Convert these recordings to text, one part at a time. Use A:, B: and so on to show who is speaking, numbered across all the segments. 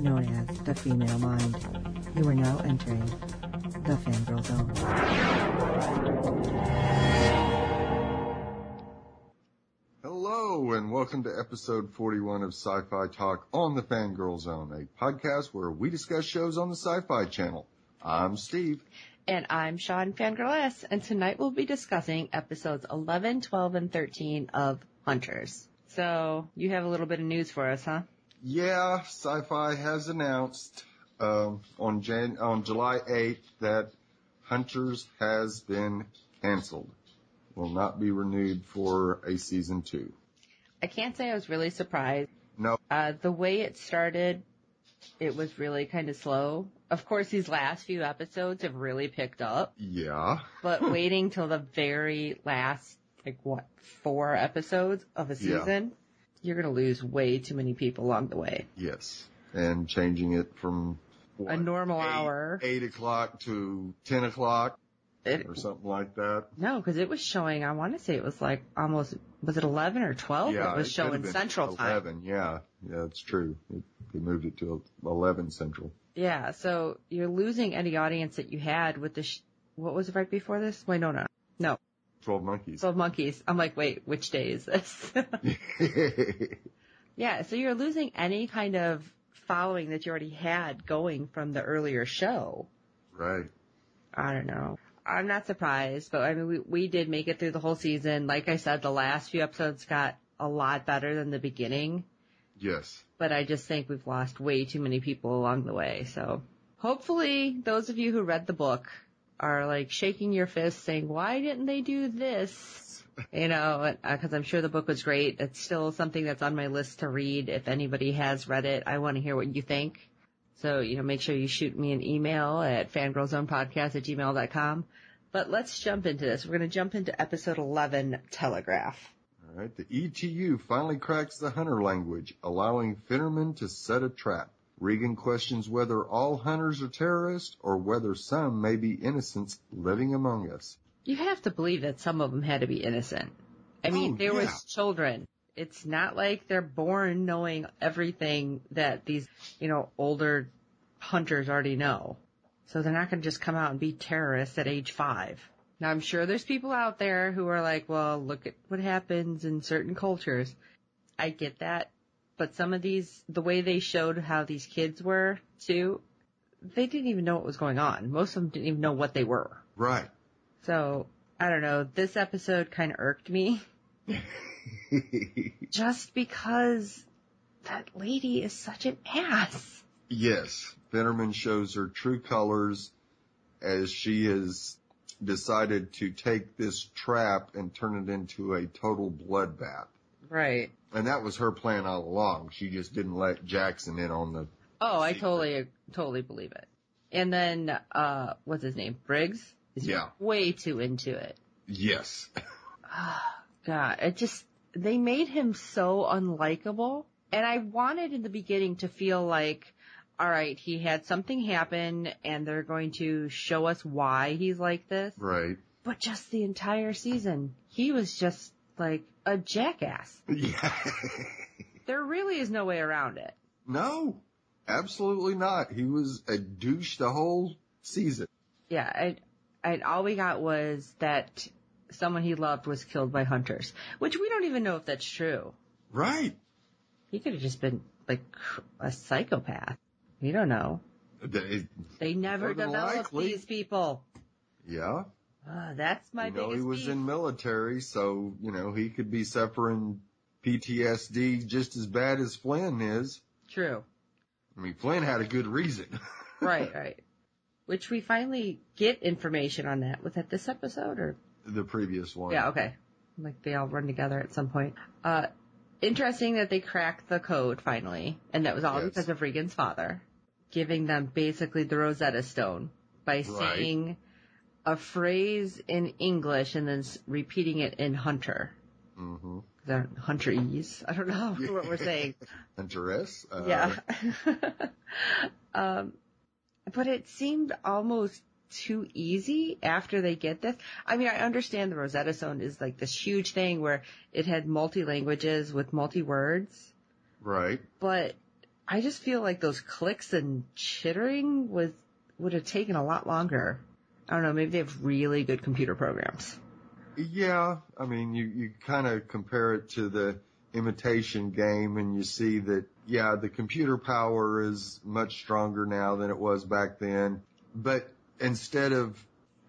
A: known as the female mind. You are now entering the fangirl zone.
B: Hello, and welcome to episode 41 of Sci-Fi Talk on the Fangirl Zone, a podcast where we discuss shows on the Sci-Fi Channel. I'm Steve.
C: And I'm Sean Fangirl S, and tonight we'll be discussing episodes 11, 12, and 13 of Hunters. So, you have a little bit of news for us, huh?
B: Yeah, Sci-Fi has announced um, on Jan- on July 8th that Hunters has been canceled. Will not be renewed for a season two.
C: I can't say I was really surprised.
B: No.
C: Uh, the way it started, it was really kind of slow. Of course, these last few episodes have really picked up,
B: Yeah.
C: but waiting till the very last, like what, four episodes of a
B: Yeah.
C: season, you're gonna lose way too many people along the way.
B: Yes. And changing it from what,
C: A normal
B: eight-
C: hour.
B: eight o'clock to ten o'clock
C: It,
B: or something like that.
C: No, because it was showing. I want to say it was like almost. Was it eleven or twelve? Oh, it was
B: could have
C: showing
B: been
C: Central Time.
B: Eleven, yeah, yeah, it's true. It, they moved it to eleven Central.
C: Yeah, so you're losing any audience that you had with the. Sh- what was it right before this? Wait, no, no, no,
B: Twelve Monkeys.
C: Twelve Monkeys. I'm like, wait, which day is this? yeah, so you're losing any kind of following that you already had going from the earlier show.
B: right.
C: I don't know. I'm not surprised, but I mean, we, we did make it through the whole season. Like I said, the last few episodes got a lot better than the beginning.
B: Yes.
C: but I just think we've lost way too many people along the way. So hopefully those of you who read the book are like shaking your fists saying, why didn't they do this? You know, because I'm sure the book was great. It's still something that's on my list to read. If anybody has read it, I want to hear what you think. So, you know, make sure you shoot me an email at fangirlzonepodcast at gmail.com. But let's jump into this. We're going to jump into episode 11, Telegraph.
B: All right. The ETU finally cracks the hunter language, allowing Finnerman to set a trap. Regan questions whether all hunters are terrorists or whether some may be innocents living among us.
C: You have to believe that some of them had to be innocent. I mean,
B: Oh,
C: there
B: yeah.
C: was children. It's not like they're born knowing everything that these, you know, older hunters already know. So they're not going to just come out and be terrorists at age five. Now I'm sure there's people out there who are like, well, look at what happens in certain cultures. I get that. But some of these, the way they showed how these kids were too, they didn't even know what was going on. Most of them didn't even know what they were.
B: Right.
C: So, I don't know, this episode kind of irked me just because that lady is such an ass.
B: Yes, Fennerman shows her true colors as she has decided to take this trap and turn it into a total bloodbath.
C: Right.
B: And that was her plan all along. She just didn't let Jackson in on the.
C: Oh, I totally, totally believe it. And then, uh, what's his name? Briggs is
B: Yeah.
C: way too into it. Ah,
B: Yes.
C: God, it just, they made him so unlikable. And I wanted in the beginning to feel like, all right, he had something happen and they're going to show us why he's like this.
B: Right.
C: but just the entire season, he was just like a jackass.
B: Yeah.
C: There really is no way around it.
B: no, absolutely not. He was a douche the whole season.
C: Yeah, and and all we got was that someone he loved was killed by hunters, which we don't even know if that's true.
B: Right.
C: He could have just been like a psychopath. You don't know.
B: They-
C: They never
B: More than
C: develop
B: likely.
C: these people.
B: yeah.
C: Ah, that's my
B: you know,
C: biggest
B: he was
C: beef.
B: in military, so you know he could be suffering PTSD just as bad as Flynn is.
C: True.
B: I mean, Flynn had a good reason.
C: Right, right. Which we finally get information on that. Was that this episode or
B: the previous one.
C: Yeah, okay. Like they all run together at some point. Uh, interesting that they cracked the code finally, and that was all
B: Yes.
C: because of Regan's father. giving them basically the Rosetta Stone by
B: Right.
C: saying a phrase in English and then s- repeating it in Hunter.
B: Mm-hmm.
C: They're Hunterese. I don't know what we're saying.
B: Hunteress. Uh,
C: Yeah. um, but it seemed almost too easy after they get this. I mean, I understand the Rosetta Stone is like this huge thing where it had multi languages with multi words,
B: Right.
C: but I just feel like those clicks and chittering was would have taken a lot longer. I don't know. Maybe they have really good computer programs.
B: Yeah, I mean, you, you kind of compare it to the imitation game and you see that, yeah, the computer power is much stronger now than it was back then. But instead of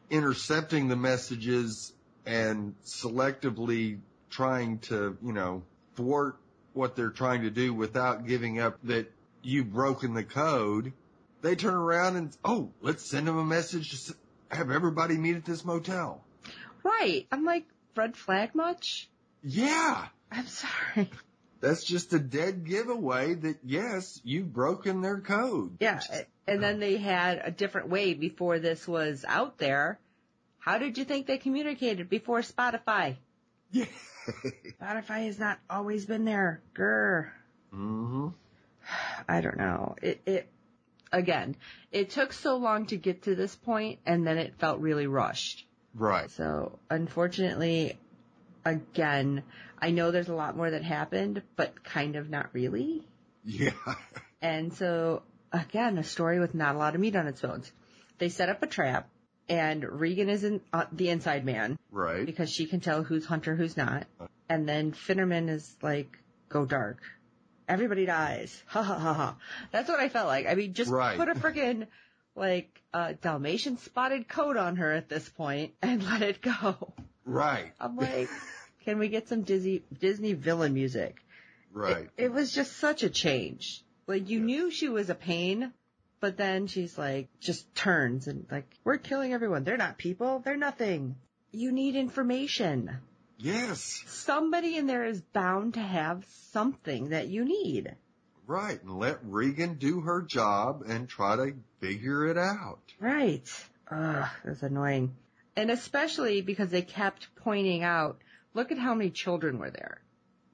B: intercepting the messages and selectively trying to, you know, thwart what they're trying to do without giving up that you've broken the code, they turn around and, oh, let's send them a message to s- have everybody meet at this motel.
C: Right. I'm like, red flag much?
B: Yeah.
C: I'm sorry.
B: That's just a dead giveaway that yes, you've broken their code.
C: Yeah, and then they had a different way before this was out there. How did you think they communicated before Spotify?
B: Yeah.
C: Spotify has not always been there. Grr.
B: hmm
C: I don't know. It, it, again, it took so long to get to this point and then it felt really rushed.
B: Right.
C: So unfortunately, again, I know there's a lot more that happened, but kind of not really.
B: Yeah.
C: And so, again, a story with not a lot of meat on its bones. They set up a trap, and Regan is in, uh, the inside man
B: Right.
C: because she can tell who's Hunter, who's not. And then Finnerman is like, go dark. Everybody dies. Ha ha ha ha. That's what I felt like. I mean, just
B: Right.
C: put a freaking, like, uh, Dalmatian spotted coat on her at this point and let it go.
B: Right.
C: I'm like, can we get some Disney, Disney villain music?
B: Right.
C: It, it was just such a change. Like you knew she was a pain, but then she's like just turns and like we're killing everyone. They're not people. They're nothing. You need information.
B: Yes.
C: Somebody in there is bound to have something that you need.
B: Right. And let Regan do her job and try to figure it out.
C: Right. Ugh, that's annoying. And especially because they kept pointing out, look at how many children were there.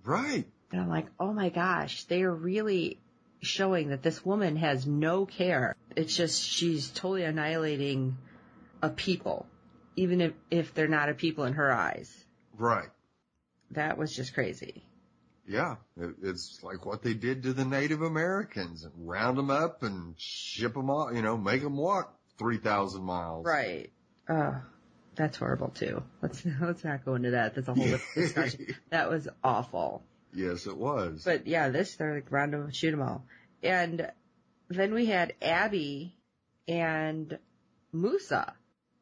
B: Right.
C: And I'm like, oh my gosh, they are really showing that this woman has no care. It's just she's totally annihilating a people, even if, if they're not a people in her eyes.
B: Right.
C: That was just crazy.
B: Yeah. It, it's like what they did to the Native Americans and round them up and ship them off, you know, make them walk 3,000 miles.
C: Right. Uh, that's horrible too. Let's let's not go into that. That's a whole different discussion. That was awful.
B: yes, it was.
C: But yeah, this they're like round 'em, shoot 'em all. And then we had Abby and Musa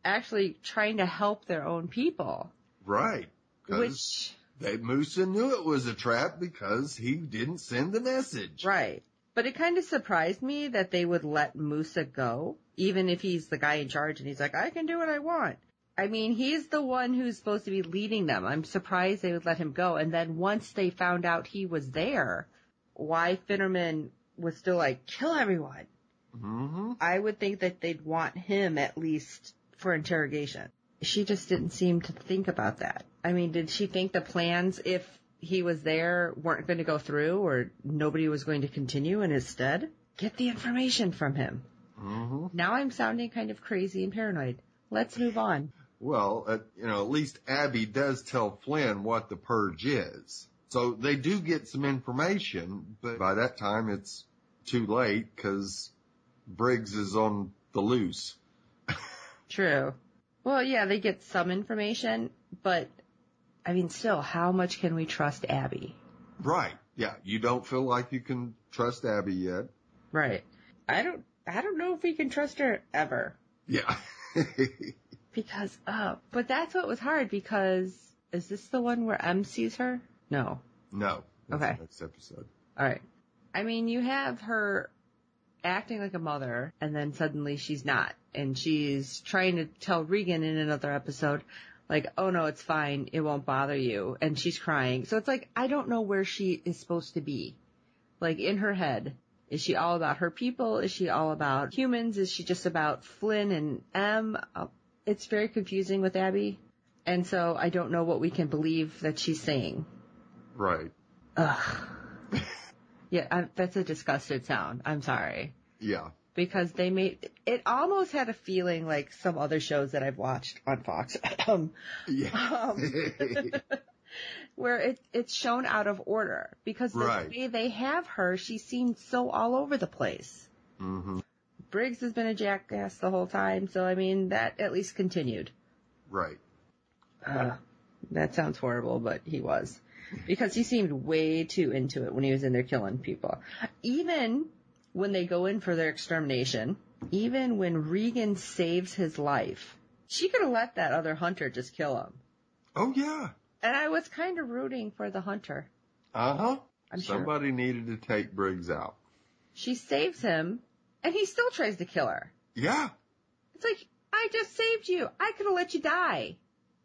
C: actually trying to help their own people,
B: right. 'Cause
C: which
B: that Musa knew it was a trap because he didn't send the message.
C: right. But it kind of surprised me that they would let Musa go, even if he's the guy in charge and he's like, I can do what I want. I mean, he's the one who's supposed to be leading them. I'm surprised they would let him go. And then once they found out he was there, why Finnerman was still like, kill everyone.
B: hmm
C: I would think that they'd want him at least for interrogation. She just didn't seem to think about that. I mean, did she think the plans, if he was there, weren't going to go through or nobody was going to continue and instead get the information from him?
B: hmm
C: Now I'm sounding kind of crazy and paranoid. Let's move on.
B: Well, uh, you know, at least Abby does tell Flynn what the purge is. So they do get some information, but by that time it's too late because Briggs is on the loose.
C: True. Well, yeah, they get some information, but I mean, still, how much can we trust Abby?
B: Right. Yeah. You don't feel like you can trust Abby yet.
C: Right. I don't, I don't know if we can trust her ever.
B: Yeah.
C: Because uh But that's what was hard because is this the one where M sees her? No.
B: no. That's
C: Okay.
B: the Next episode.
C: Alright. I mean, you have her acting like a mother and then suddenly she's not. And she's trying to tell Regan in another episode, like, oh no, it's fine. It won't bother you. And she's crying. So it's like, I don't know where she is supposed to be. Like in her head. Is she all about her people? Is she all about humans? Is she just about Flynn and M? Uh, It's very confusing with Abby. And so I don't know what we can believe that she's saying.
B: Right.
C: Ugh. yeah, I, that's a disgusted sound. I'm sorry.
B: Yeah.
C: Because they made, it almost had a feeling like some other shows that I've watched on Fox. um,
B: Yeah.
C: where it, it's shown out of order because the
B: Right.
C: way they have her, she seems so all over the place.
B: hmm
C: Briggs has been a jackass the whole time, so I mean that at least continued.
B: Right.
C: Ugh. Uh, that sounds horrible, but he was because he seemed way too into it when he was in there killing people. Even when they go in for their extermination, even when Regan saves his life, she could have let that other hunter just kill him.
B: Oh yeah.
C: And I was kind of rooting for the hunter.
B: Uh huh.
C: I'm sure.
B: Somebody needed to take Briggs out.
C: She saves him, and he still tries to kill her.
B: Yeah.
C: It's like, I just saved you. I could have let you die.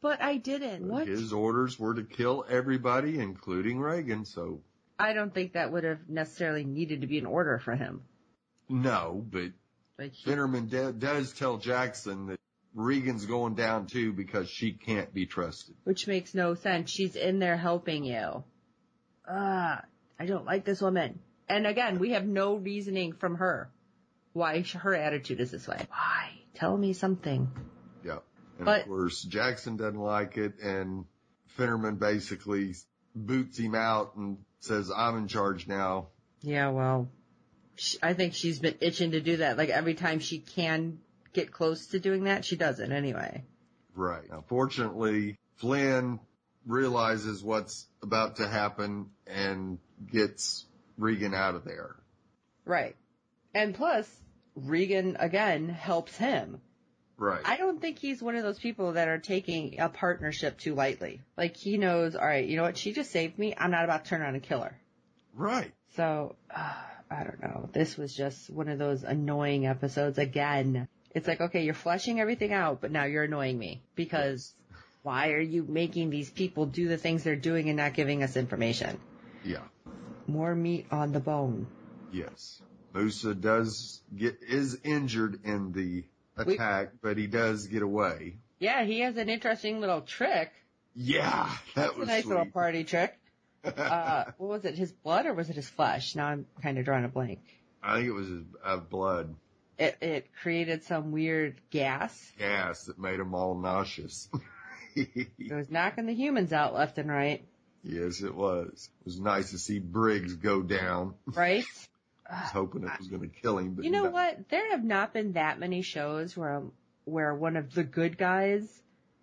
C: But I didn't. What?
B: His orders were to kill everybody, including Reagan. So
C: I don't think that would have necessarily needed to be an order for him.
B: no, but
C: Like, he-
B: Finnerman de- does tell Jackson that Regan's going down too because she can't be trusted.
C: which makes no sense. She's in there helping you. Ah, I don't like this woman. And again, we have no reasoning from her why sh- her attitude is this way. Why? Tell me something.
B: Yeah. And
C: But-
B: of course, Jackson doesn't like it and Finnerman basically boots him out and says, I'm in charge now.
C: Yeah, well, sh I think she's been itching to do that. Like every time she can get close to doing that, she doesn't anyway.
B: Right. Now, fortunately, Flynn realizes what's about to happen and gets Regan out of there.
C: Right. And plus, Regan again helps him.
B: Right.
C: I don't think he's one of those people that are taking a partnership too lightly. Like he knows, all right, you know what? She just saved me. I'm not about to turn on and kill her.
B: right.
C: So uh, I don't know. This was just one of those annoying episodes again. It's like, okay, you're fleshing everything out, but now you're annoying me because why are you making these people do the things they're doing and not giving us information?
B: Yeah.
C: More meat on the bone.
B: Yes. Musa does get, is injured in the attack, but he does get away.
C: Yeah, he has an interesting little trick.
B: Yeah. That
C: It's a
B: was
C: nice
B: sweet.
C: little party trick. Uh, what was it? His blood or was it his flesh? Now I'm kind of drawing a blank.
B: I think it was his, uh, blood
C: It, it created some weird gas.
B: gas that made them all nauseous.
C: It was knocking the humans out left and right.
B: yes, it was. It was nice to see Briggs go down.
C: Right?
B: I was hoping it was going to kill him, but
C: You know
B: no.
C: what? There have not been that many shows where I'm, where one of the good guys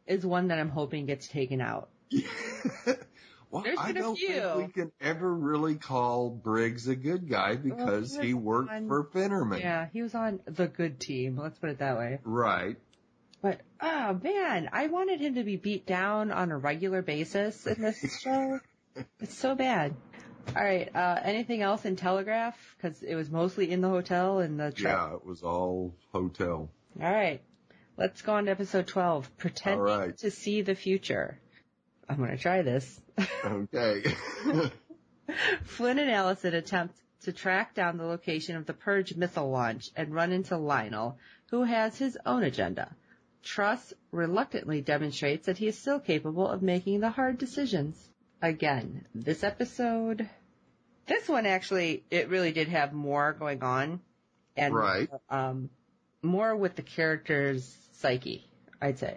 C: is one that I'm hoping gets taken out.
B: well,
C: There's
B: I
C: been a
B: don't
C: few.
B: think we can ever really call Briggs a good guy because
C: he
B: he
C: was
B: worked
C: on-
B: for Finnerman.
C: Yeah, he was on the good team. Let's put it that way.
B: Right.
C: But oh man, I wanted him to be beat down on a regular basis in this show. It's so bad. All right. Uh, anything else in Telegraph? Because it was mostly in the hotel and the truck.
B: Yeah, it was all hotel.
C: All right. Let's go on to episode 12. Pretending
B: All right.
C: to see the future. I'm going to try this.
B: Okay.
C: Flynn and Allison attempt to track down the location of the Purge missile launch and run into Lionel, who has his own agenda. Truss reluctantly demonstrates that he is still capable of making the hard decisions. Again, this episode, this one actually, it really did have more going on and
B: Right.
C: um, more with the character's psyche, I'd say.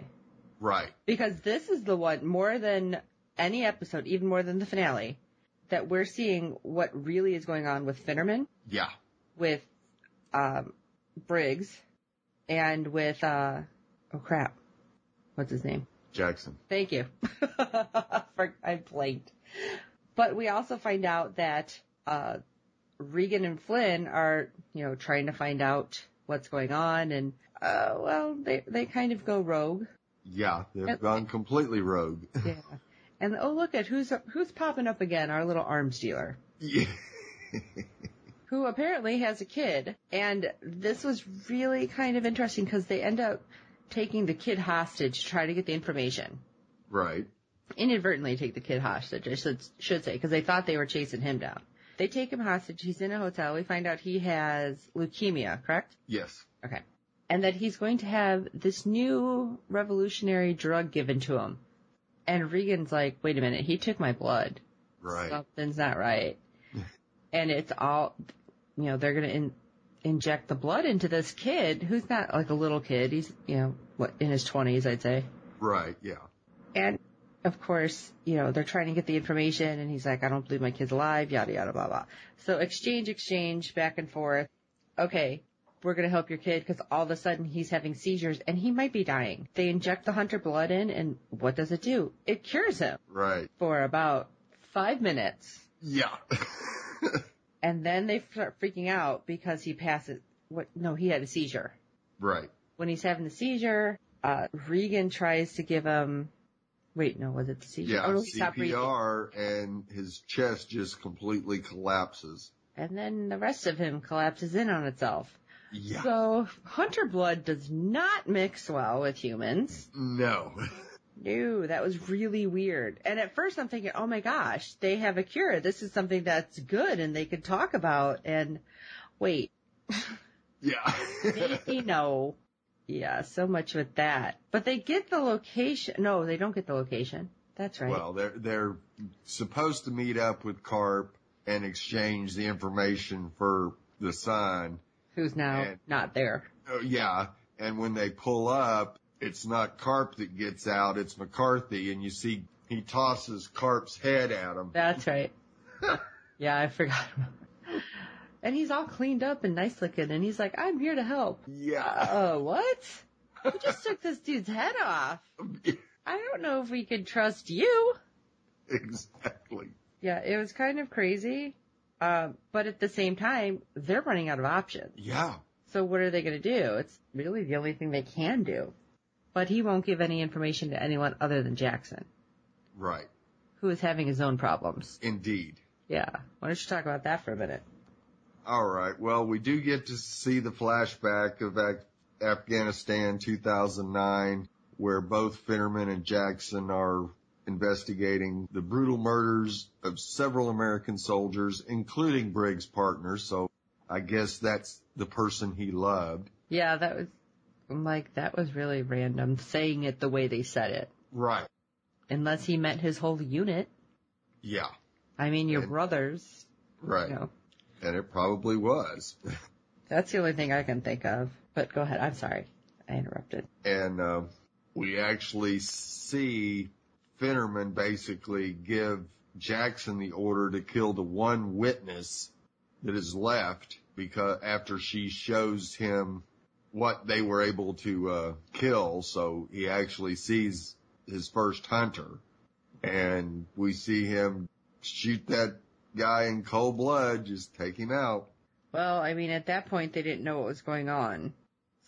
B: right.
C: Because this is the one more than any episode, even more than the finale, that we're seeing what really is going on with Finnerman,
B: Yeah.
C: with um, Briggs, and with uh, oh crap, what's his name?
B: Jackson.
C: Thank you. For, I blanked. But we also find out that uh, Regan and Flynn are, you know, trying to find out what's going on, and uh, well, they they kind of go rogue.
B: Yeah,
C: Uh,
B: they've gone completely rogue.
C: Yeah. And oh look at who's who's popping up again, our little arms dealer,
B: yeah.
C: who apparently has a kid. And this was really kind of interesting because they end up taking the kid hostage to try to get the information.
B: Right.
C: Inadvertently take the kid hostage, I should should say, because they thought they were chasing him down. They take him hostage. He's in a hotel. We find out he has leukemia, correct?
B: Yes.
C: Okay. And that he's going to have this new revolutionary drug given to him. And Regan's like, wait a minute, he took my blood.
B: Right.
C: Something's not right. and it's all, you know, they're going to in, inject the blood into this kid who's not like a little kid. He's, you know, what, in his 20s, I'd say.
B: Right. Yeah.
C: And of course, you know, they're trying to get the information and he's like, I don't believe my kid's alive, yada, yada, blah, blah. So exchange, exchange, back and forth. Okay. We're going to help your kid because all of a sudden he's having seizures and he might be dying. They inject the hunter blood in and what does it do? It cures him
B: Right.
C: for about five minutes.
B: Yeah.
C: And then they start freaking out because he passes what, no, he had a seizure.
B: right.
C: When he's having the seizure, uh, Regan tries to give him, wait, no, was it the seizure?
B: Yeah.
C: Oh, no, he stopped breathing.
B: CPR and his chest just completely collapses.
C: and then the rest of him collapses in on itself.
B: Yeah.
C: So hunter blood does not mix well with humans.
B: no.
C: No, that was really weird. And at first I'm thinking, oh my gosh, they have a cure. This is something that's good and they could talk about and wait,
B: yeah.
C: did he know? Yeah, so much with that. But they get the location. No, they don't get the location. That's right.
B: Well, they're they're supposed to meet up with Carp and exchange the information for the sign.
C: Who's now
B: and-
C: not there.
B: Oh, yeah, and when they pull up, it's not Carp that gets out; it's McCarthy, and you see he tosses Carp's head at him.
C: That's right. yeah, I forgot. and he's all cleaned up and nice looking, and he's like, "I'm here to help."
B: Yeah,
C: Uh, what? You just took this dude's head off. I don't know if we could trust you.
B: exactly.
C: Yeah, it was kind of crazy. Uh, but at the same time, they're running out of options.
B: Yeah,
C: So what are they going to do? It's really the only thing they can do. But he won't give any information to anyone other than Jackson,
B: right.
C: who is having his own problems.
B: Indeed.
C: Yeah. Why don't you talk about that for a minute?
B: All right. Well, we do get to see the flashback of Af- Afghanistan 2009, where both Finnerman and Jackson are investigating the brutal murders of several American soldiers, including Briggs' partner. So I guess that's the person he loved.
C: Yeah, that was I'm like that was really random saying it the way they said it.
B: Right.
C: Unless he meant his whole unit.
B: Yeah.
C: I mean your
B: Right.
C: brothers.
B: Right.
C: You know.
B: And it probably was.
C: That's the only thing I can think of. But go ahead. I'm sorry. I interrupted.
B: and um, we actually see Finnerman basically give Jackson the order to kill the one witness that is left because after she shows him what they were able to uh, kill, so he actually sees his first hunter, and we see him shoot that guy in cold blood, just take him out.
C: Well, I mean at that point they didn't know what was going on.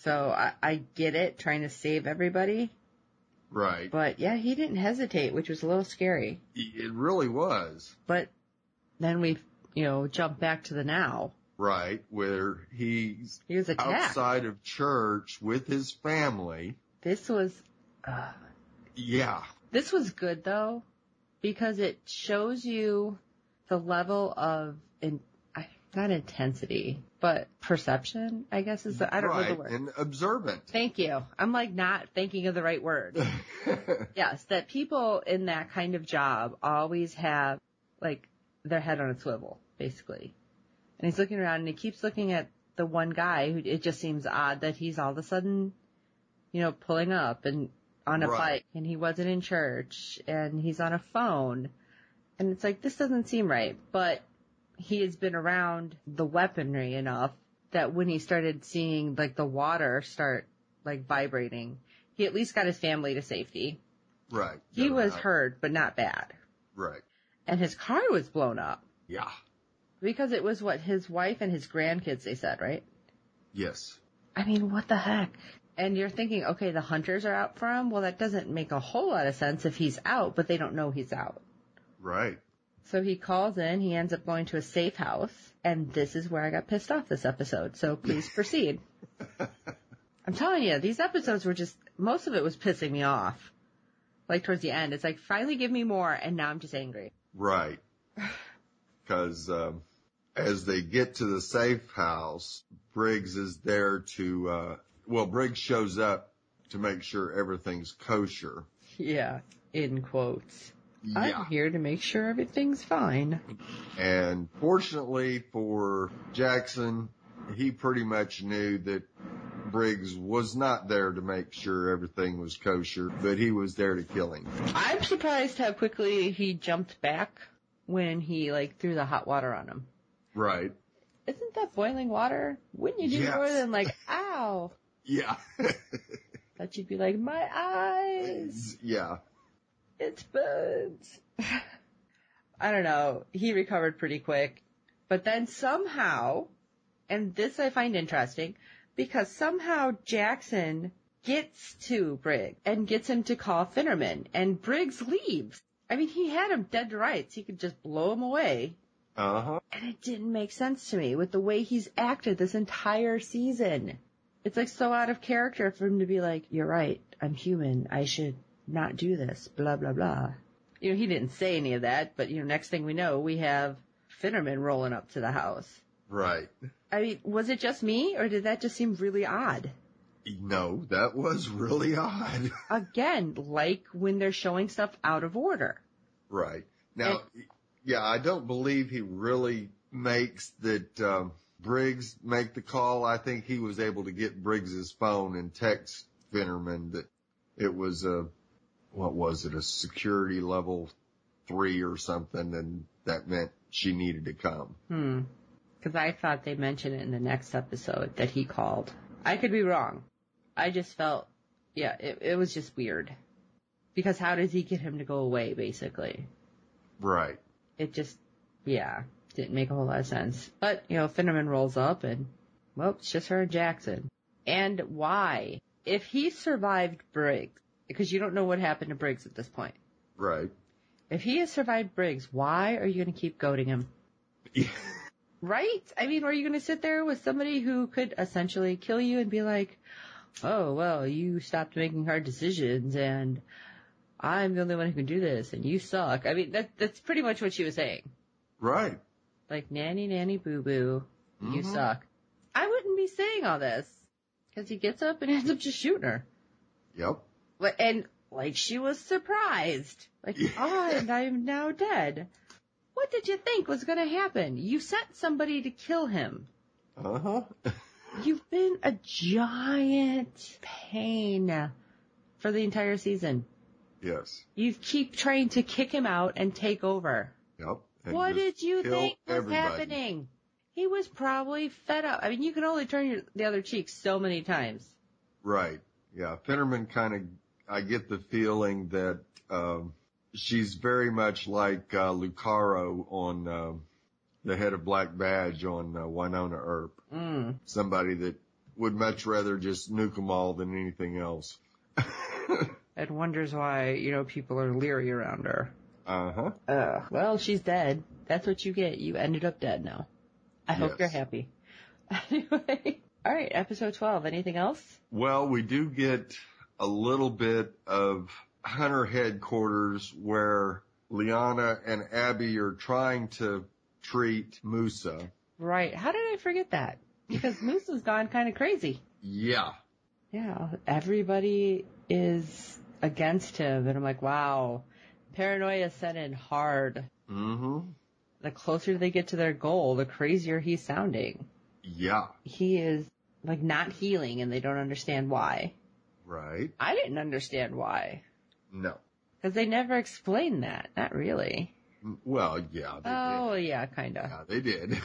C: So I, I get it, trying to save everybody.
B: Right.
C: But yeah, he didn't hesitate, which was a little scary.
B: It really was.
C: But then we you know, jump back to the now.
B: Right. Where he's
C: He was attacked.
B: outside of church with his family.
C: This was uh,
B: Yeah,
C: This was good though, because it shows you the level of in I- not intensity, but perception. I guess is the, I don't
B: right,
C: know the word.
B: and observant.
C: Thank you. I'm like not thinking of the right word. yes, that people in that kind of job always have like their head on a swivel, basically. And he's looking around and he keeps looking at the one guy who it just seems odd that he's all of a sudden, you know, pulling up and on a
B: Right.
C: bike and he wasn't in church and he's on a phone. And it's like, this doesn't seem right, but he has been around the weaponry enough that when he started seeing like the water start like vibrating, he at least got his family to safety.
B: right.
C: He
B: no,
C: was
B: right,
C: hurt, but not bad.
B: Right.
C: And his car was blown up
B: Yeah.
C: because it was what his wife and his grandkids, they said, right?
B: Yes.
C: I mean, what the heck? And you're thinking, okay, the hunters are out for him. Well, that doesn't make a whole lot of sense if he's out, but they don't know he's out.
B: Right.
C: So he calls in, he ends up going to a safe house, and this is where I got pissed off this episode. So please proceed. I'm telling you, these episodes were just, most of it was pissing me off. Like towards the end, it's like, finally give me more, and now I'm just angry.
B: Right. Because um, as they get to the safe house, Briggs is there to, uh, well, Briggs shows up to make sure everything's kosher.
C: Yeah, in quotes.
B: Yeah.
C: I'm here to make sure everything's fine.
B: And fortunately for Jackson, he pretty much knew that Briggs was not there to make sure everything was kosher, but he was there to kill him.
C: I'm surprised how quickly he jumped back when he like threw the hot water on him.
B: Right.
C: Isn't that boiling water? Wouldn't you do
B: Yes.
C: more than like, ow?
B: Yeah.
C: That you'd be like, my eyes,
B: yeah.
C: it's burns. I don't know. He recovered pretty quick, but then somehow, and this I find interesting, because somehow Jackson gets to Briggs and gets him to call Finnerman, and Briggs leaves. I mean, he had him dead to rights. He could just blow him away.
B: Uh huh.
C: And it didn't make sense to me with the way he's acted this entire season. It's like so out of character for him to be like, you're right, I'm human, I should not do this, blah, blah, blah. You know, he didn't say any of that, but you know, next thing we know, we have Finnerman rolling up to the house.
B: Right.
C: I mean, was it just me or did that just seem really odd?
B: No, that was really odd.
C: Again, like when they're showing stuff out of order.
B: Right. Now, yeah, I don't believe he really makes that um, Briggs make the call. I think he was able to get Briggs's phone and text Finnerman that it was a, what was it, a security level three or something, and that meant she needed to come.
C: Hmm. Because I thought they mentioned it in the next episode that he called. I could be wrong. I just felt, yeah, it, it was just weird. Because how does he get him to go away, basically?
B: Right.
C: It just, yeah, didn't make a whole lot of sense. But, you know, Finnerman rolls up and, well, it's just her and Jackson. And why? If he survived Briggs, because you don't know what happened to Briggs at this point.
B: Right.
C: If he has survived Briggs, why are you going to keep goading him? Right? I mean, are you going to sit there with somebody who could essentially kill you and be like, oh, well, you stopped making hard decisions and I'm the only one who can do this and you suck. I mean, that, that's pretty much what she was saying.
B: right.
C: Like, nanny, nanny, boo boo, you
B: Mhm.
C: suck. I wouldn't be saying all this because he gets up and ends up just shooting her.
B: Yep.
C: But- And like, she was surprised. Like,
B: Yeah.
C: ah, and I'm now dead. What did you think was going to happen? You sent somebody to kill him.
B: Uh huh.
C: You've been a giant pain for the entire season.
B: yes.
C: You keep trying to kick him out and take over.
B: Yep. And
C: what
B: just
C: did you
B: kill
C: think was
B: everybody.
C: happening? He was probably fed up. I mean, you can only turn your, the other cheek so many times.
B: Right. Yeah. Finnerman kind of, I get the feeling that, um, she's very much like, uh, Lucaro on, um, the head of Black Badge on uh, Winona Earp.
C: Mm.
B: Somebody that would much rather just nuke them all than anything else.
C: And wonders why, you know, people are leery around her.
B: uh huh.
C: Ugh. Well, she's dead. That's what you get. You ended up dead now. I hope
B: Yes.
C: you're happy. anyway. All right. Episode 12. Anything else?
B: Well, we do get a little bit of Hunter headquarters where Liana and Abby are trying to treat Musa.
C: Right. How did I forget that? Because Moose has gone kind of crazy.
B: Yeah.
C: Yeah. Everybody is against him. And I'm like, wow. Paranoia set in hard.
B: Mm-hmm.
C: The closer they get to their goal, the crazier he's sounding.
B: Yeah.
C: He is like not healing and they don't understand why.
B: Right?
C: I didn't understand why.
B: No.
C: Cause they never explained that. Not really.
B: Well, yeah, they
C: Oh
B: did.
C: yeah, kinda.
B: Yeah, they did.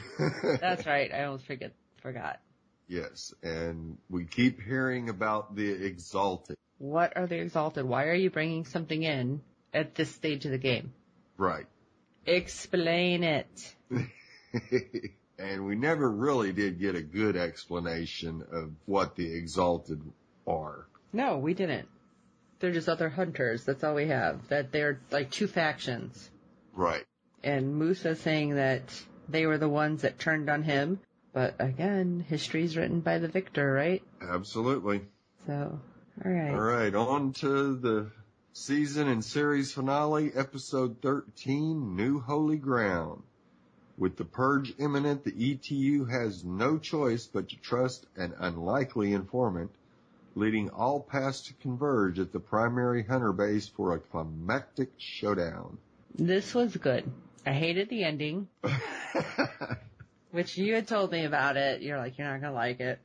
C: That's right. I almost forget, forgot.
B: yes, and we keep hearing about the exalted.
C: What are the exalted? Why are you bringing something in at this stage of the game?
B: Right.
C: Explain it.
B: and we never really did get a good explanation of what the exalted are.
C: No, we didn't. They're just other hunters. That's all we have. That they're like two factions.
B: Right.
C: And Musa saying that they were the ones that turned on him. But again, history's written by the victor, right?
B: Absolutely.
C: So, alright.
B: All right, on to the season and series finale, episode 13, New Holy Ground. With the purge imminent, the ETU has no choice but to trust an unlikely informant, leading all paths to converge at the primary hunter base for a climactic showdown.
C: This was good. I hated the ending,
B: uh
C: which you had told me about it. You're like, you're not gonna like it.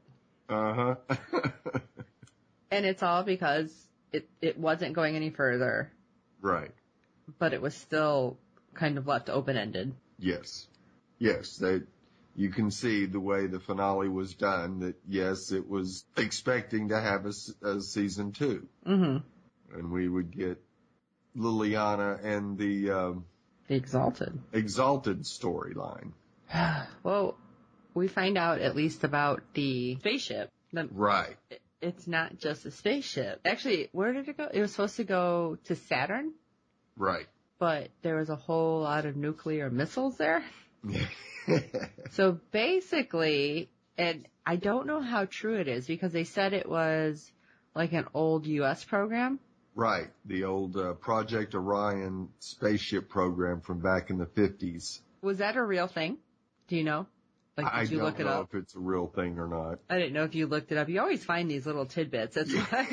B: huh.
C: And it's all because it, it wasn't going any further,
B: right.
C: but it was still kind of left open ended.
B: Yes. Yes. They, you can see the way the finale was done that yes, it was expecting to have a, s- a season two
C: hmm
B: and we would get Liliana and the um,
C: The Exalted.
B: exalted storyline.
C: Well, we find out at least about the spaceship. The,
B: Right.
C: it's not just a spaceship. Actually, where did it go? It was supposed to go to Saturn,
B: Right.
C: but there was a whole lot of nuclear missiles there. So basically, and I don't know how true it is because they said it was like an old U.S. program.
B: right. The old uh, Project Orion spaceship program from back in the 50s.
C: Was that a real thing? Do you know? Like, did
B: I
C: you
B: don't
C: look it
B: know
C: up?
B: if it's a real thing or not.
C: I didn't know if you looked it up. You always find these little tidbits. That's why.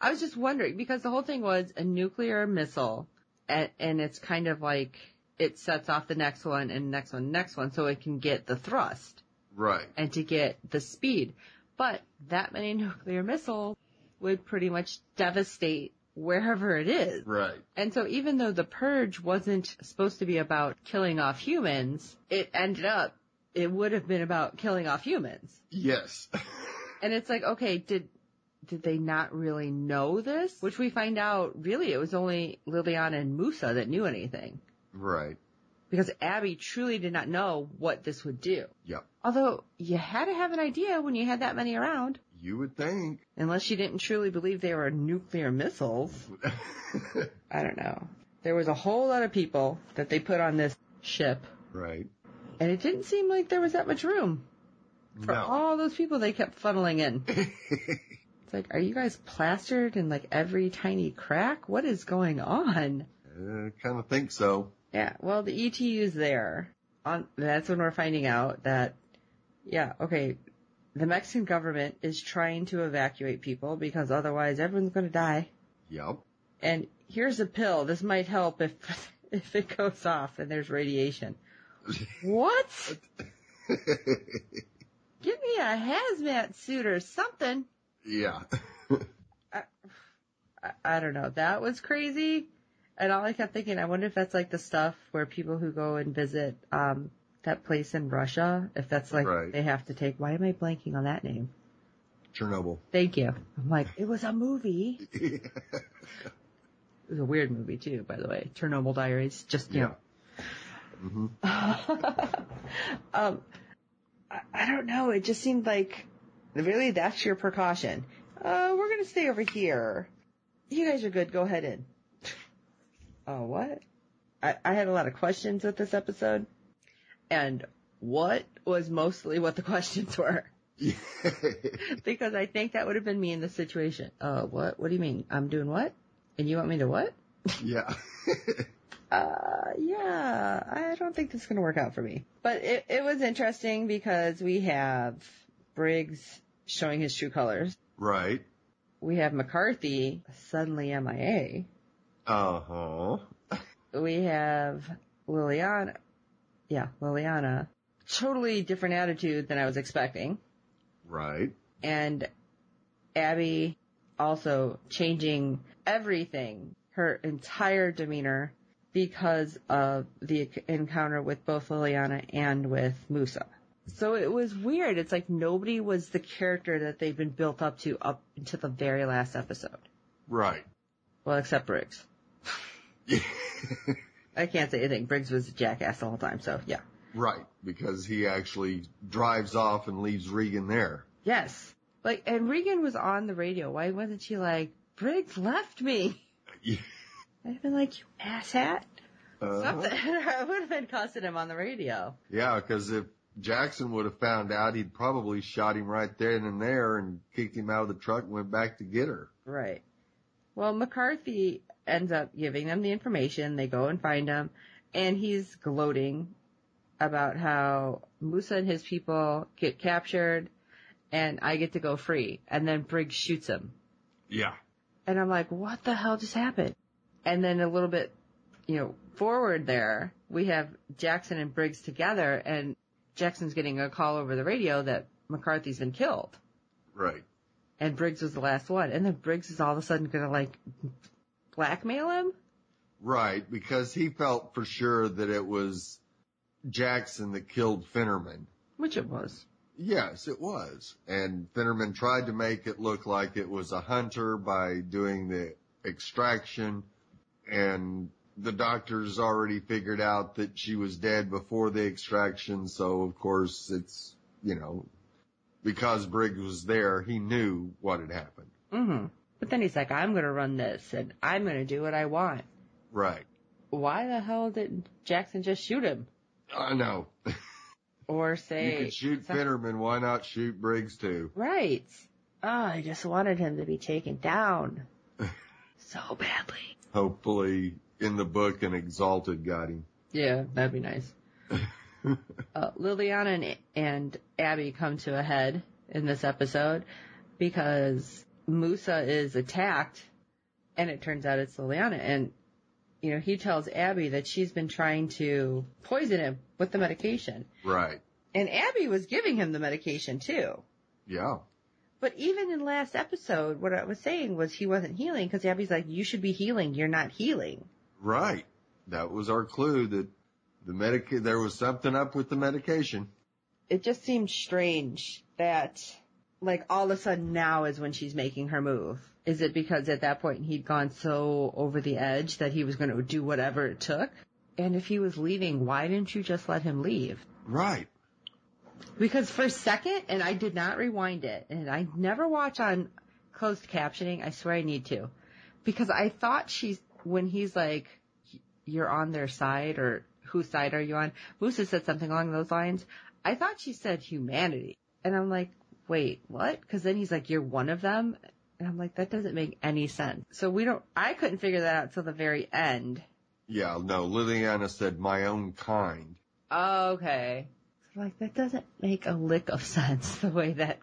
C: I was just wondering because the whole thing was a nuclear missile and, and it's kind of like it sets off the next one and next one, next one so it can get the thrust
B: right.
C: and to get the speed. But that many nuclear missiles would pretty much devastate wherever it is.
B: Right.
C: And so even though the purge wasn't supposed to be about killing off humans, it ended up, it would have been about killing off humans.
B: Yes.
C: And it's like, okay, did did they not really know this? Which we find out really it was only Liliana and Musa that knew anything.
B: right.
C: Because Abby truly did not know what this would do.
B: Yep.
C: Although you had to have an idea when you had that many around.
B: You would think.
C: Unless you didn't truly believe they were nuclear missiles. I don't know. There was a whole lot of people that they put on this ship,
B: right.
C: and it didn't seem like there was that much room for
B: No. Uh,
C: all those people they kept funneling in.
B: That's
C: It's like, are you guys plastered in like every tiny crack? What is going on?
B: Uh, kind of think so.
C: Yeah, well, the E ETU's there. On that's when we're finding out that, yeah, okay, the Mexican government is trying to evacuate people because otherwise everyone's going to die.
B: Yep.
C: And here's a pill. This might help if if it goes off and there's radiation. What? Give me a hazmat suit or something.
B: yeah.
C: I, I don't know. That was crazy. And all I kept thinking, I wonder if that's like the stuff where people who go and visit um that place in Russia, if that's like
B: Right.
C: they have to take. Why am I blanking on that name?
B: Chernobyl.
C: Thank you. I'm like, it was a movie. It was a weird movie too, by the way. Chernobyl Diaries. Just you know.
B: hmm
C: um, I, I don't know. It just seemed like really that's your precaution. Uh, we're gonna stay over here. You guys are good. Go ahead in. Oh, what? I, I had a lot of questions with this episode, and what was mostly what the questions were because I think that would have been me in this situation. Uh, what? What do you mean? I'm doing what? And you want me to what?
B: yeah.
C: uh, yeah, I don't think this is going to work out for me. But it, it was interesting because we have Briggs showing his true colors.
B: right.
C: We have McCarthy suddenly MIA.
B: Uh huh.
C: We have Liliana. Yeah, Liliana. Totally different attitude than I was expecting.
B: Right.
C: And Abby also changing everything, her entire demeanor, because of the encounter with both Liliana and with Musa. So it was weird. It's like nobody was the character that they've been built up to up until the very last episode.
B: Right.
C: Well, except Briggs. I can't say anything. Briggs was a jackass the whole time, so yeah.
B: right. Because he actually drives off and leaves Regan there.
C: Yes. Like, and Regan was on the radio. Why wasn't she like, Briggs left me?
B: Yeah.
C: I'd have been like, you asshat.
B: Uh-huh.
C: Something. I would have been cussing him on the radio.
B: Yeah. Because if Jackson would have found out, he'd probably shot him right then and there and kicked him out of the truck and went back to get her.
C: Right. Well, McCarthy ends up giving them the information. They go and find him, and he's gloating about how Musa and his people get captured and I get to go free. And then Briggs shoots him.
B: Yeah.
C: And I'm like, what the hell just happened? And then a little bit, you know, forward there, we have Jackson and Briggs together and Jackson's getting a call over the radio that McCarthy's been killed
B: Right.
C: and Briggs was the last one. And then Briggs is all of a sudden gonna like blackmail him.
B: Right. Because he felt for sure that it was Jackson that killed Finnerman.
C: Which it was.
B: Yes, it was. And Finnerman tried to make it look like it was a hunter by doing the extraction and the doctors already figured out that she was dead before the extraction. So of course it's, you know, because Briggs was there, he knew what had happened. Mm-hmm.
C: hmm But then he's like, I'm gonna run this and I'm gonna do what I want.
B: Right.
C: Why the hell did Jackson just shoot him?
B: I know.
C: Or
B: You
C: say
B: could shoot Finnerman. Why not shoot Briggs too?
C: Right. Oh, I just wanted him to be taken down. so badly.
B: Hopefully in the book an exalted got him.
C: Yeah, that'd be nice. uh, Liliana and, and Abby come to a head in this episode because Musa is attacked and it turns out it's Liliana and you know, he tells Abby that she's been trying to poison him with the medication.
B: Right.
C: And Abby was giving him the medication too.
B: Yeah.
C: But even in last episode, what I was saying was he wasn't healing because Abby's like, you should be healing. You're not healing.
B: Right. That was our clue that the medic there was something up with the medication.
C: It just seemed strange that like all of a sudden now is when she's making her move. Is it because at that point he'd gone so over the edge that he was going to do whatever it took? And if he was leaving, why didn't you just let him leave?
B: Right.
C: Because for a second, and I did not rewind it, and I never watch on closed captioning. I swear I need to, because I thought she's when he's like, "You're on their side," or "Whose side are you on?" Musa said something along those lines. I thought she said humanity, and I'm like, "Wait, what?" Because then he's like, "You're one of them," and I'm like, "That doesn't make any sense." So we don't. I couldn't figure that out till the very end.
B: Yeah, no, Liliana said my own kind.
C: okay. So like that doesn't make a lick of sense the way that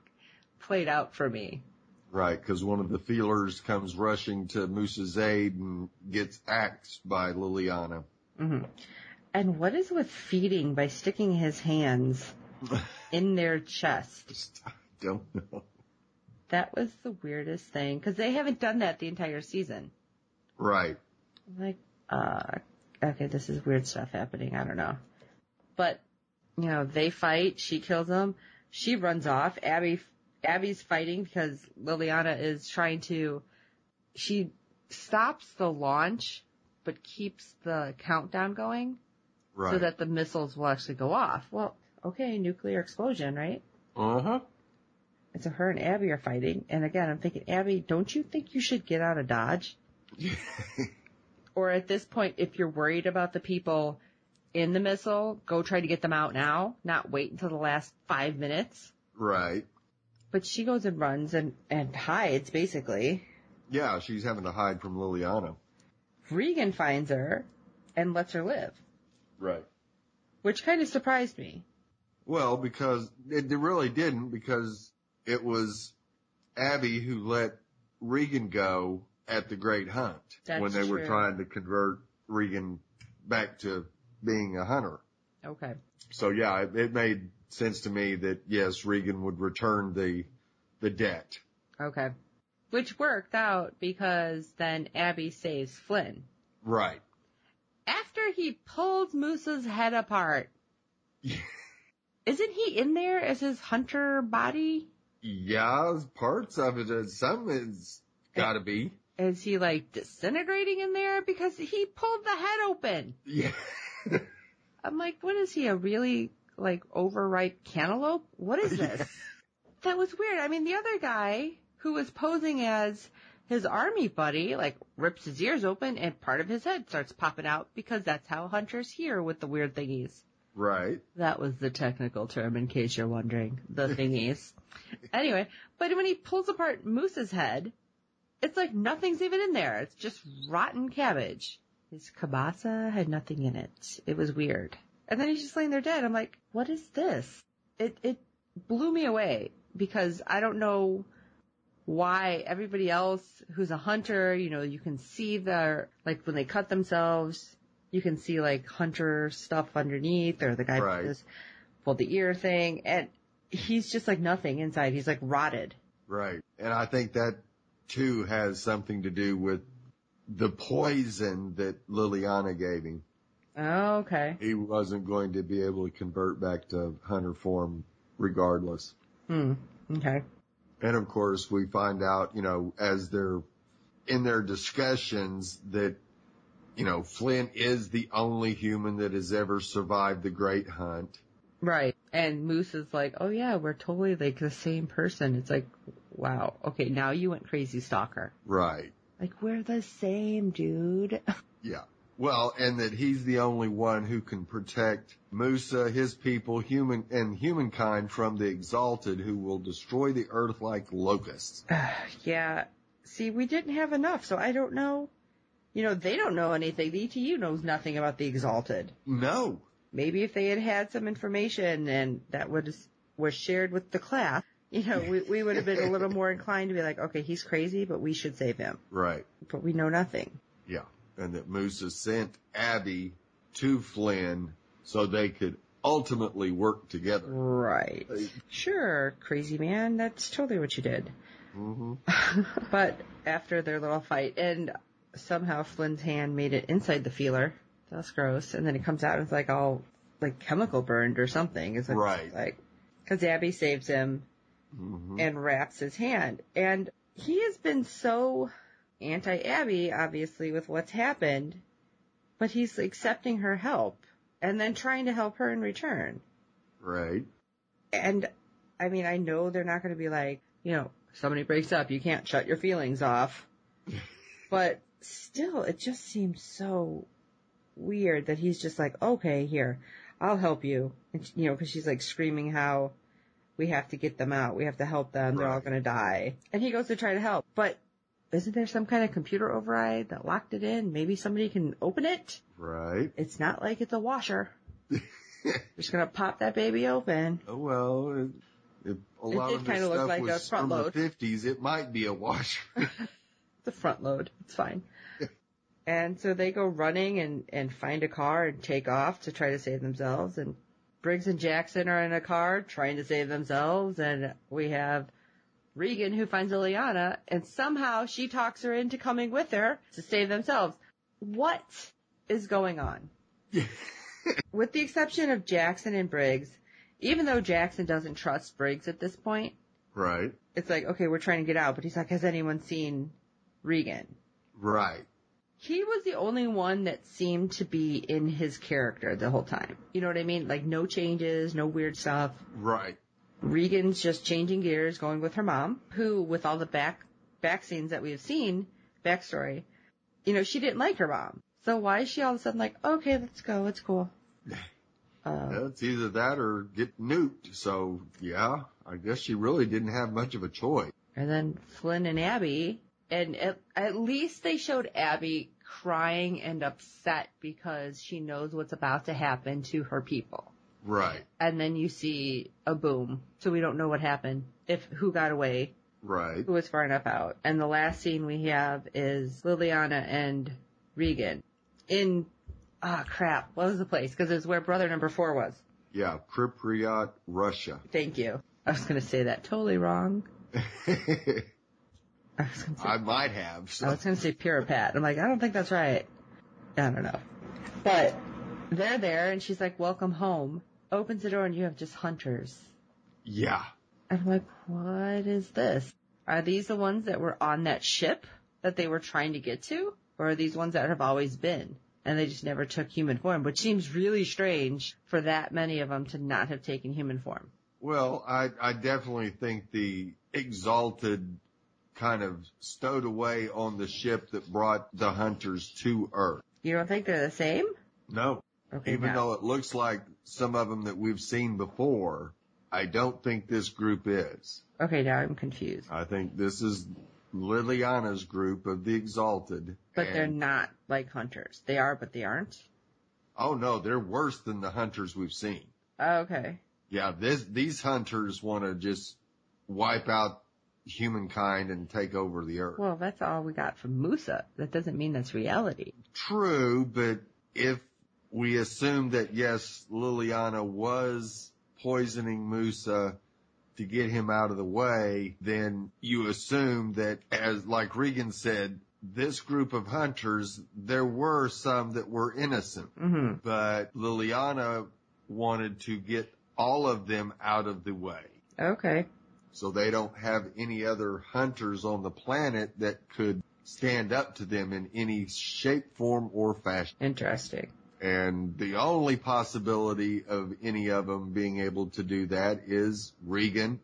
C: played out for me.
B: Right, because one of the feelers comes rushing to Moose's aid and gets axed by Liliana.
C: hmm And what is with feeding by sticking his hands in their chest?
B: Just, I don't know.
C: That was the weirdest thing because they haven't done that the entire season.
B: Right.
C: I'm like, uh, okay, this is weird stuff happening. I don't know. But, you know, they fight. She kills him. She runs off. Abby, Abby's fighting because Liliana is trying to, she stops the launch, but keeps the countdown going
B: Right.
C: so that the missiles will actually go off. Well, okay, nuclear explosion, right?
B: uh-huh.
C: And so her and Abby are fighting. And again, I'm thinking, Abby, don't you think you should get out of Dodge? or at this point, if you're worried about the people in the missile, go try to get them out now, not wait until the last five minutes.
B: right.
C: But she goes and runs and, and hides basically.
B: Yeah, she's having to hide from Liliana.
C: Regan finds her and lets her live,
B: Right.
C: which kind of surprised me.
B: Well, because it, it really didn't, because it was Abby who let Regan go at the Great Hunt
C: That's
B: when they were
C: true.
B: trying to convert Regan back to being a hunter.
C: Okay.
B: So yeah, it, it made sense to me that yes, Regan would return the the debt.
C: Okay. Which worked out because then Abby saves Flynn.
B: Right.
C: After he pulled Musa's head apart. Isn't he in there as his hunter body?
B: Yeah, parts of it. uh, Some it's got to be.
C: Is he like disintegrating in there? Because he pulled the head open.
B: Yeah.
C: I'm like, what is he, a really like overripe cantaloupe? What is this? that was weird. I mean, the other guy who was posing as his army buddy, like rips his ears open and part of his head starts popping out because that's how hunters hear with the weird thingies.
B: Right.
C: That was the technical term in case you're wondering. The thingies. anyway, but when he pulls apart Moose's head, it's like nothing's even in there. It's just rotten cabbage. His kielbasa had nothing in it. It was weird. And then he's just laying there dead. I'm like, what is this? It, it blew me away because I don't know why everybody else who's a hunter, you know, you can see their, like when they cut themselves, you can see like hunter stuff underneath or the guy
B: Right.
C: with this pulled the ear thing and he's just like nothing inside. He's like rotted.
B: Right. And I think that too has something to do with the poison that Liliana gave him.
C: Oh, okay.
B: He wasn't going to be able to convert back to hunter form regardless.
C: Hmm. Okay.
B: And of course we find out, you know, as they're in their discussions that, you know, Flynn is the only human that has ever survived the great hunt.
C: Right. And Moose is like, oh yeah, we're totally like the same person. It's like, wow. Okay. Now you went crazy stalker.
B: Right.
C: Like we're the same dude.
B: Yeah. Well, and that he's the only one who can protect Musa, his people, human, and humankind from the exalted who will destroy the earth like locusts.
C: yeah. See, we didn't have enough. So I don't know. You know, they don't know anything. The ETU knows nothing about the exalted.
B: No.
C: Maybe if they had had some information and that was, was shared with the class, you know, we, we would have been a little more inclined to be like, okay, he's crazy, but we should save him.
B: Right.
C: But we know nothing.
B: Yeah. And that Musa sent Abby to Flynn so they could ultimately work together.
C: Right.
B: Like-
C: Sure, crazy man. That's totally what you did. Mm-hmm.
B: hmm
C: but after their little fight, and somehow Flynn's hand made it inside the feeler. That's gross. And then it comes out and it's like all like chemical burned or something. It's like,
B: Right.
C: Like, because Abby saves him
B: hmm
C: and wraps his hand, and he has been so anti Abby, obviously, with what's happened, but he's accepting her help and then trying to help her in return.
B: Right.
C: And I mean, I know they're not going to be like, you know, somebody breaks up, you can't shut your feelings off. but still, it just seems so weird that he's just like, okay, here, I'll help you. And, she- you know, because she's like screaming how we have to get them out, we have to help them, they're all
B: Right.
C: going to die. And he goes to try to help, but isn't there some kind of computer override that locked it in? Maybe somebody can open it?
B: Right.
C: It's not like it's a washer. Just gonna pop that baby open.
B: Oh, well, it, if a
C: It
B: lot
C: did
B: of this
C: kinda look
B: stuff
C: like
B: was
C: a
B: from
C: front load.
B: the 50s, it might be a washer.
C: the front load. It's fine. and so they go running and, and find a car and take off to try to save themselves. And Briggs and Jackson are in a car trying to save themselves. And we have Regan who finds Ileana and somehow she talks her into coming with her to save themselves. What is going on? with the exception of Jackson and Briggs, even though Jackson doesn't trust Briggs at this point,
B: right.
C: it's like, okay, we're trying to get out, but he's like, has anyone seen Regan?
B: Right.
C: he was the only one that seemed to be in his character the whole time. You know what I mean? Like no changes, no weird stuff.
B: Right.
C: Regan's just changing gears, going with her mom, who with all the back back scenes that we've seen, backstory, you know, she didn't like her mom. So why is she all of a sudden like, okay, let's go, it's cool. Uh,
B: Yeah, it's either that or get nuked. So yeah, I guess she really didn't have much of a choice.
C: and then Flynn and Abby, and at, at least they showed Abby crying and upset because she knows what's about to happen to her people.
B: Right,
C: and then you see a boom. So we don't know what happened, if who got away,
B: right,
C: who was far enough out. And the last scene we have is Liliana and Regan in ah crap, what was the place? Because it's where brother number four was.
B: yeah, Pripyat, Russia.
C: Thank you. I was gonna say that totally wrong.
B: I
C: I was gonna say
B: might have. So.
C: I was gonna say Pirapat. I'm like, I don't think that's right. I don't know. But they're there and she's like, Welcome home. Opens the door and you have just hunters.
B: yeah,
C: I'm like, what is this? Are these the ones that were on that ship that they were trying to get to? Or are these ones that have always been? And they just never took human form, which seems really strange for that many of them to not have taken human form.
B: well, I I definitely think the exalted kind of stowed away on the ship that brought the hunters to Earth.
C: You don't think they're the same?
B: No,
C: Okay.
B: even
C: no.
B: though it looks like some of them that we've seen before, I don't think this group is.
C: okay, now I'm confused.
B: I think this is Liliana's group of the Exalted.
C: But they're
B: and
C: not like hunters. They are, but they aren't.
B: Oh no, they're worse than the hunters we've seen.
C: Okay.
B: Yeah, this, these hunters want to just wipe out humankind and take over the earth.
C: Well, that's all we got from Musa. That doesn't mean that's reality.
B: True, but if we assume that yes, Liliana was poisoning Musa to get him out of the way, then you assume that as, like Regan said, this group of hunters, there were some that were innocent,
C: hmm
B: but Liliana wanted to get all of them out of the way.
C: Okay.
B: So they don't have any other hunters on the planet that could stand up to them in any shape, form, or fashion.
C: Interesting.
B: And the only possibility of any of them being able to do that is Regan.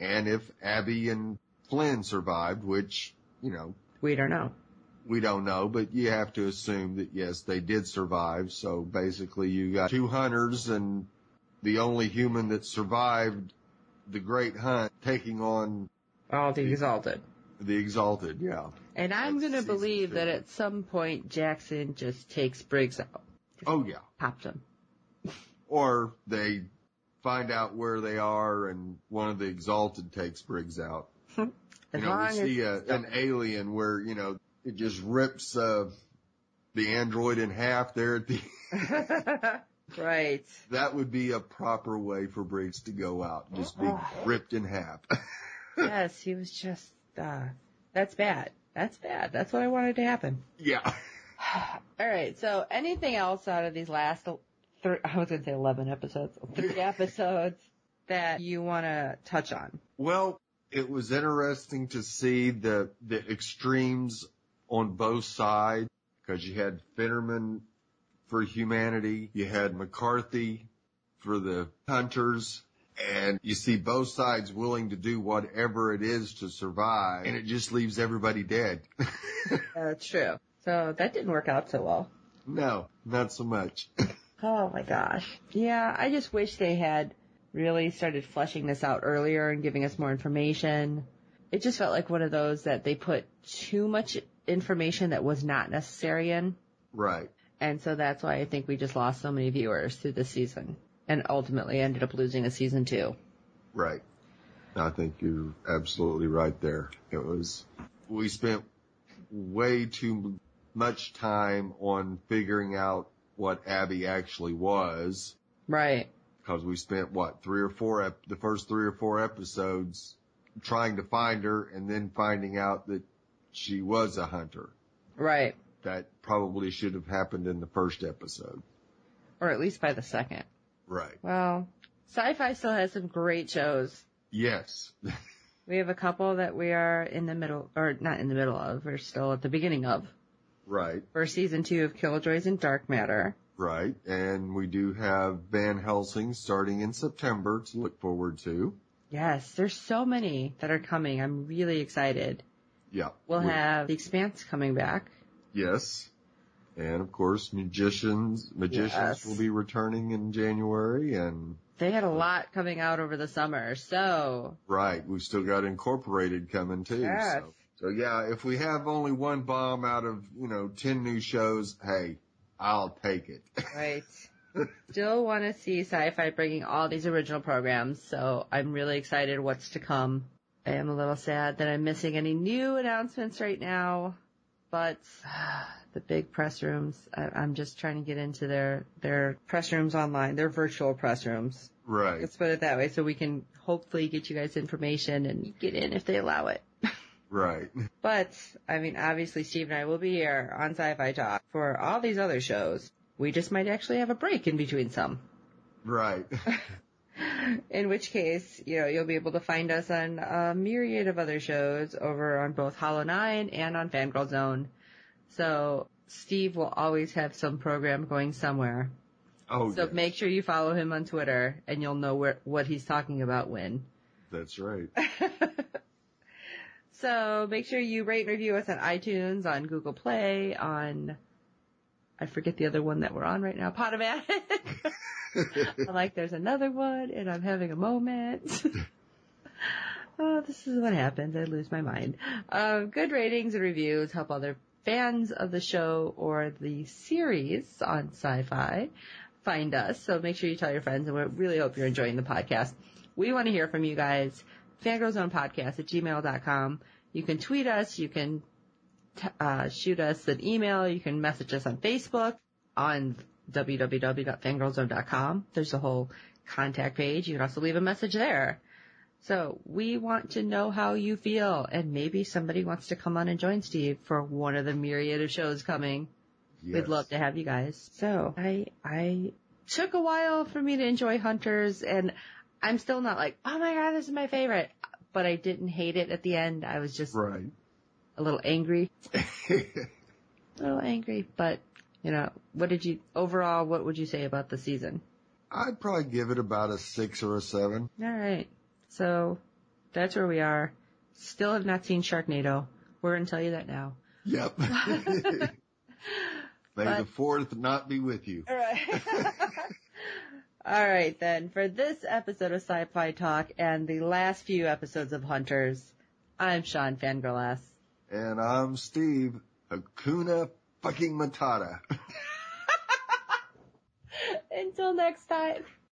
B: And if Abby and Flynn survived, which, you know,
C: We don't know.
B: we don't know, but you have to assume that yes, they did survive. So basically you got two hunters and the only human that survived the great hunt taking on
C: All the exalted.
B: the exalted. Yeah.
C: And I'm
B: That's
C: gonna
B: season
C: believe
B: two.
C: that at some point Jackson just takes Briggs out.
B: Oh yeah.
C: Popped him.
B: Or they find out where they are and one of the exalted takes Briggs out.
C: As
B: you know,
C: long
B: we
C: as
B: see uh, a, an alien where, you know, it just rips, uh, the android in half there at the,
C: right.
B: that would be a proper way for Briggs to go out, just be
C: Uh-huh.
B: ripped in half.
C: Yes, he was just. Uh, that's bad. That's bad. That's what I wanted to happen.
B: yeah.
C: All right. So, anything else out of these last three? I was gonna say eleven episodes, three episodes that you want to touch on?
B: Well, it was interesting to see the, the extremes on both sides because you had Fetterman for humanity. You had McCarthy for the hunters and you see both sides willing to do whatever it is to survive and it just leaves everybody dead.
C: Uh, true. So that didn't work out so well.
B: no, not so much.
C: Oh my gosh. Yeah, I just wish they had really started fleshing this out earlier and giving us more information. It just felt like one of those that they put too much information that was not necessary in.
B: right.
C: And so that's why I think we just lost so many viewers through this season and ultimately ended up losing a season two.
B: Right. I think you're absolutely right there. It was, we spent way too much time on figuring out what Abby actually was
C: Right.
B: because we spent what three or four, ep- the first three or four episodes trying to find her and then finding out that she was a hunter.
C: Right.
B: That probably should have happened in the first episode.
C: Or at least by the second.
B: Right.
C: Well, sci-fi still has some great shows.
B: Yes.
C: We have a couple that we are in the middle, or not in the middle of, we're still at the beginning of.
B: right.
C: for season two of Killjoys and Dark Matter.
B: Right. And we do have Van Helsing starting in September to look forward to.
C: Yes, there's so many that are coming. I'm really excited.
B: Yeah.
C: We'll
B: We-
C: have The Expanse coming back.
B: Yes. And of course, magicians, magicians
C: Yes.
B: will be returning in January and
C: They had a lot coming out over the summer, so
B: right. We've still got incorporated coming too.
C: Yes.
B: So, so yeah, if we have only one bomb out of, you know, 10 new shows, hey, I'll take it.
C: right. Still want to see sci-fi bringing all these original programs, so I'm really excited what's to come. I am a little sad that I'm missing any new announcements right now, but the big press rooms, I, I'm just trying to get into their, their press rooms online, their virtual press rooms.
B: right.
C: Let's put it that way so we can hopefully get you guys information and get in if they allow it.
B: Right.
C: But, I mean, obviously Steve and I will be here on Sci-Fi Talk for all these other shows. We just might actually have a break in between some.
B: Right.
C: In which case, you know, you'll be able to find us on a myriad of other shows over on both Hollow Nine and on Fangirl Zone. So Steve will always have some program going somewhere.
B: Oh,
C: so
B: yes.
C: make sure you follow him on Twitter and you'll know where, what he's talking about when.
B: that's right.
C: so make sure you rate and review us on iTunes, on Google Play, on I forget the other one that we're on right now, Potomatic. I'm like, there's another one, and I'm having a moment. oh, this is what happens. I lose my mind. Um, good ratings and reviews help other fans of the show or the series on sci-fi find us. So make sure you tell your friends and we really hope you're enjoying the podcast. We want to hear from you guys. Podcast at gmail.com. You can tweet us. You can t- uh, shoot us an email. You can message us on Facebook on www.fangirlzone.com. There's a whole contact page. You can also leave a message there. So we want to know how you feel and maybe somebody wants to come on and join Steve for one of the myriad of shows coming. We'd love to have you guys. So I, I took a while for me to enjoy Hunters and I'm still not like, oh my God, this is my favorite, but I didn't hate it at the end. I was just
B: Right.
C: a little angry, a little angry, but you know, what did you overall, what would you say about the season?
B: I'd probably give it about a six or a seven.
C: All right. So that's where we are. Still have not seen Sharknado. We're going to tell you that now.
B: Yep. May the
C: But-
B: fourth not be with you.
C: All right. All right then. For this episode of Sci-Fi Talk and the last few episodes of Hunters, I'm Sean Fangirlass.
B: And I'm Steve Hakuna fucking Matata.
C: Until next time.